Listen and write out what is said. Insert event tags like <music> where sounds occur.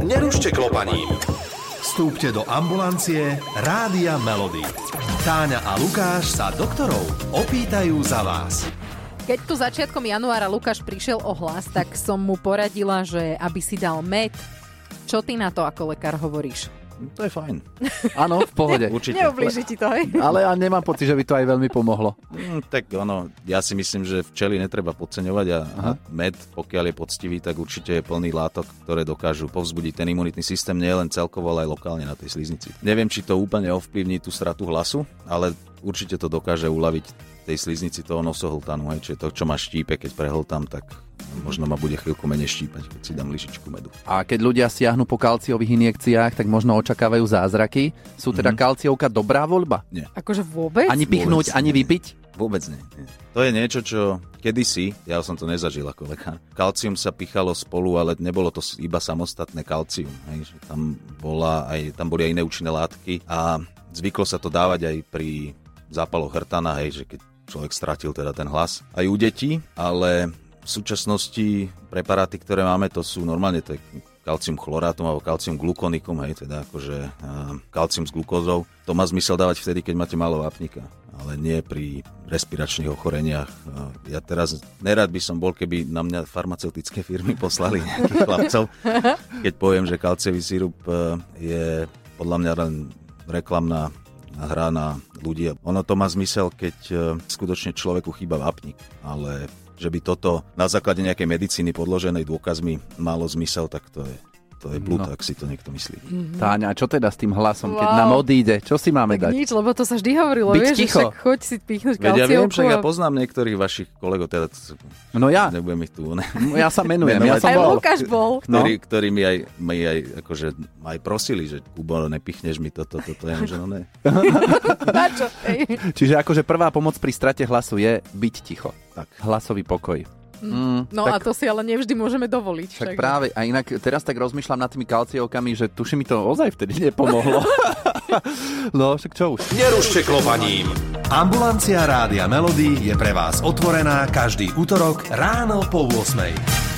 Nerušte klopaním. Vstúpte do ambulancie Rádia Melody. Táňa a Lukáš sa doktorov opýtajú za vás. Keď tu začiatkom januára Lukáš prišiel o hlas, tak som mu poradila, že aby si dal med. Čo ty na to ako lekár hovoríš? To je fajn. Áno, v pohode. Určite. Neublíži ti to, hej? Ale ja nemám pocit, že by to aj veľmi pomohlo. Mm, tak ono, ja si myslím, že včely netreba podceňovať a, a med, pokiaľ je poctivý, tak určite je plný látok, ktoré dokážu povzbudiť ten imunitný systém nielen celkovo, ale aj lokálne na tej sliznici. Neviem, či to úplne ovplyvní tú stratu hlasu, ale určite to dokáže uľaviť tej sliznici toho nosohltanu, hej, čiže to, čo ma štípe, keď prehltám, tak možno ma bude chvíľku menej štípať, keď si dám lyžičku medu. A keď ľudia siahnu po kalciových injekciách, tak možno očakávajú zázraky. Sú teda kalciovka dobrá voľba? Akože vôbec? Ani pichnúť, Vôbec ani nie. vypiť? Vôbec nie. nie. To je niečo, čo kedysi, ja som to nezažil ako lekár, kalcium sa pichalo spolu, ale nebolo to s- iba samostatné kalcium. Hej, že tam, bola aj, tam boli aj iné účinné látky a zvyklo sa to dávať aj pri zápaloch hrtana, hej, že keď človek stratil teda ten hlas. Aj u detí, ale v súčasnosti preparáty, ktoré máme, to sú normálne to je kalcium chlorátum alebo kalcium glukonikum, hej, teda akože ehm, kalcium s glukózou. To má zmysel dávať vtedy, keď máte málo vápnika ale nie pri respiračných ochoreniach. Eh, Ja teraz nerad by som bol, keby na mňa farmaceutické firmy poslali nejakých chlapcov, keď poviem, že kalciový sírup eh, je podľa mňa len reklamná hra na ľudí. Ono to má zmysel, keď eh, skutočne človeku chýba vápnik, ale že by toto na základe nejakej medicíny podloženej dôkazmi malo zmysel, tak to je, to je blúd, No. ak si to niekto myslí. Táňa, čo teda s tým hlasom, keď Wow. nám odíde? Čo si máme Tak dať? nič, lebo to sa vždy hovorilo, Byť vieš, že ticho. však choď si pichnúť Veď ja viem, však ja kalciovku. poznám niektorých vašich kolegov, teda No ja, nebudem ich tu... Ne. ja sa menujem, ja Menovať. som Aj bol. Lukáš bol. No. ktorí, ktorí mi aj, mi aj, akože, ma aj prosili, že Kubo, nepichneš mi toto, toto, ja že no ne. Na čo? Hej. Čiže akože prvá pomoc pri strate hlasu je byť ticho. Tak. Hlasový pokoj. Mm, No a to si ale nevždy môžeme dovoliť. no. Však práve, a inak teraz tak rozmýšľam nad tými kalciovkami, že tuším mi to ozaj vtedy nepomohlo. <laughs> no, však čo už. Nerušte klopaním. Ambulancia Rádia Melody je pre vás otvorená každý útorok ráno po 8.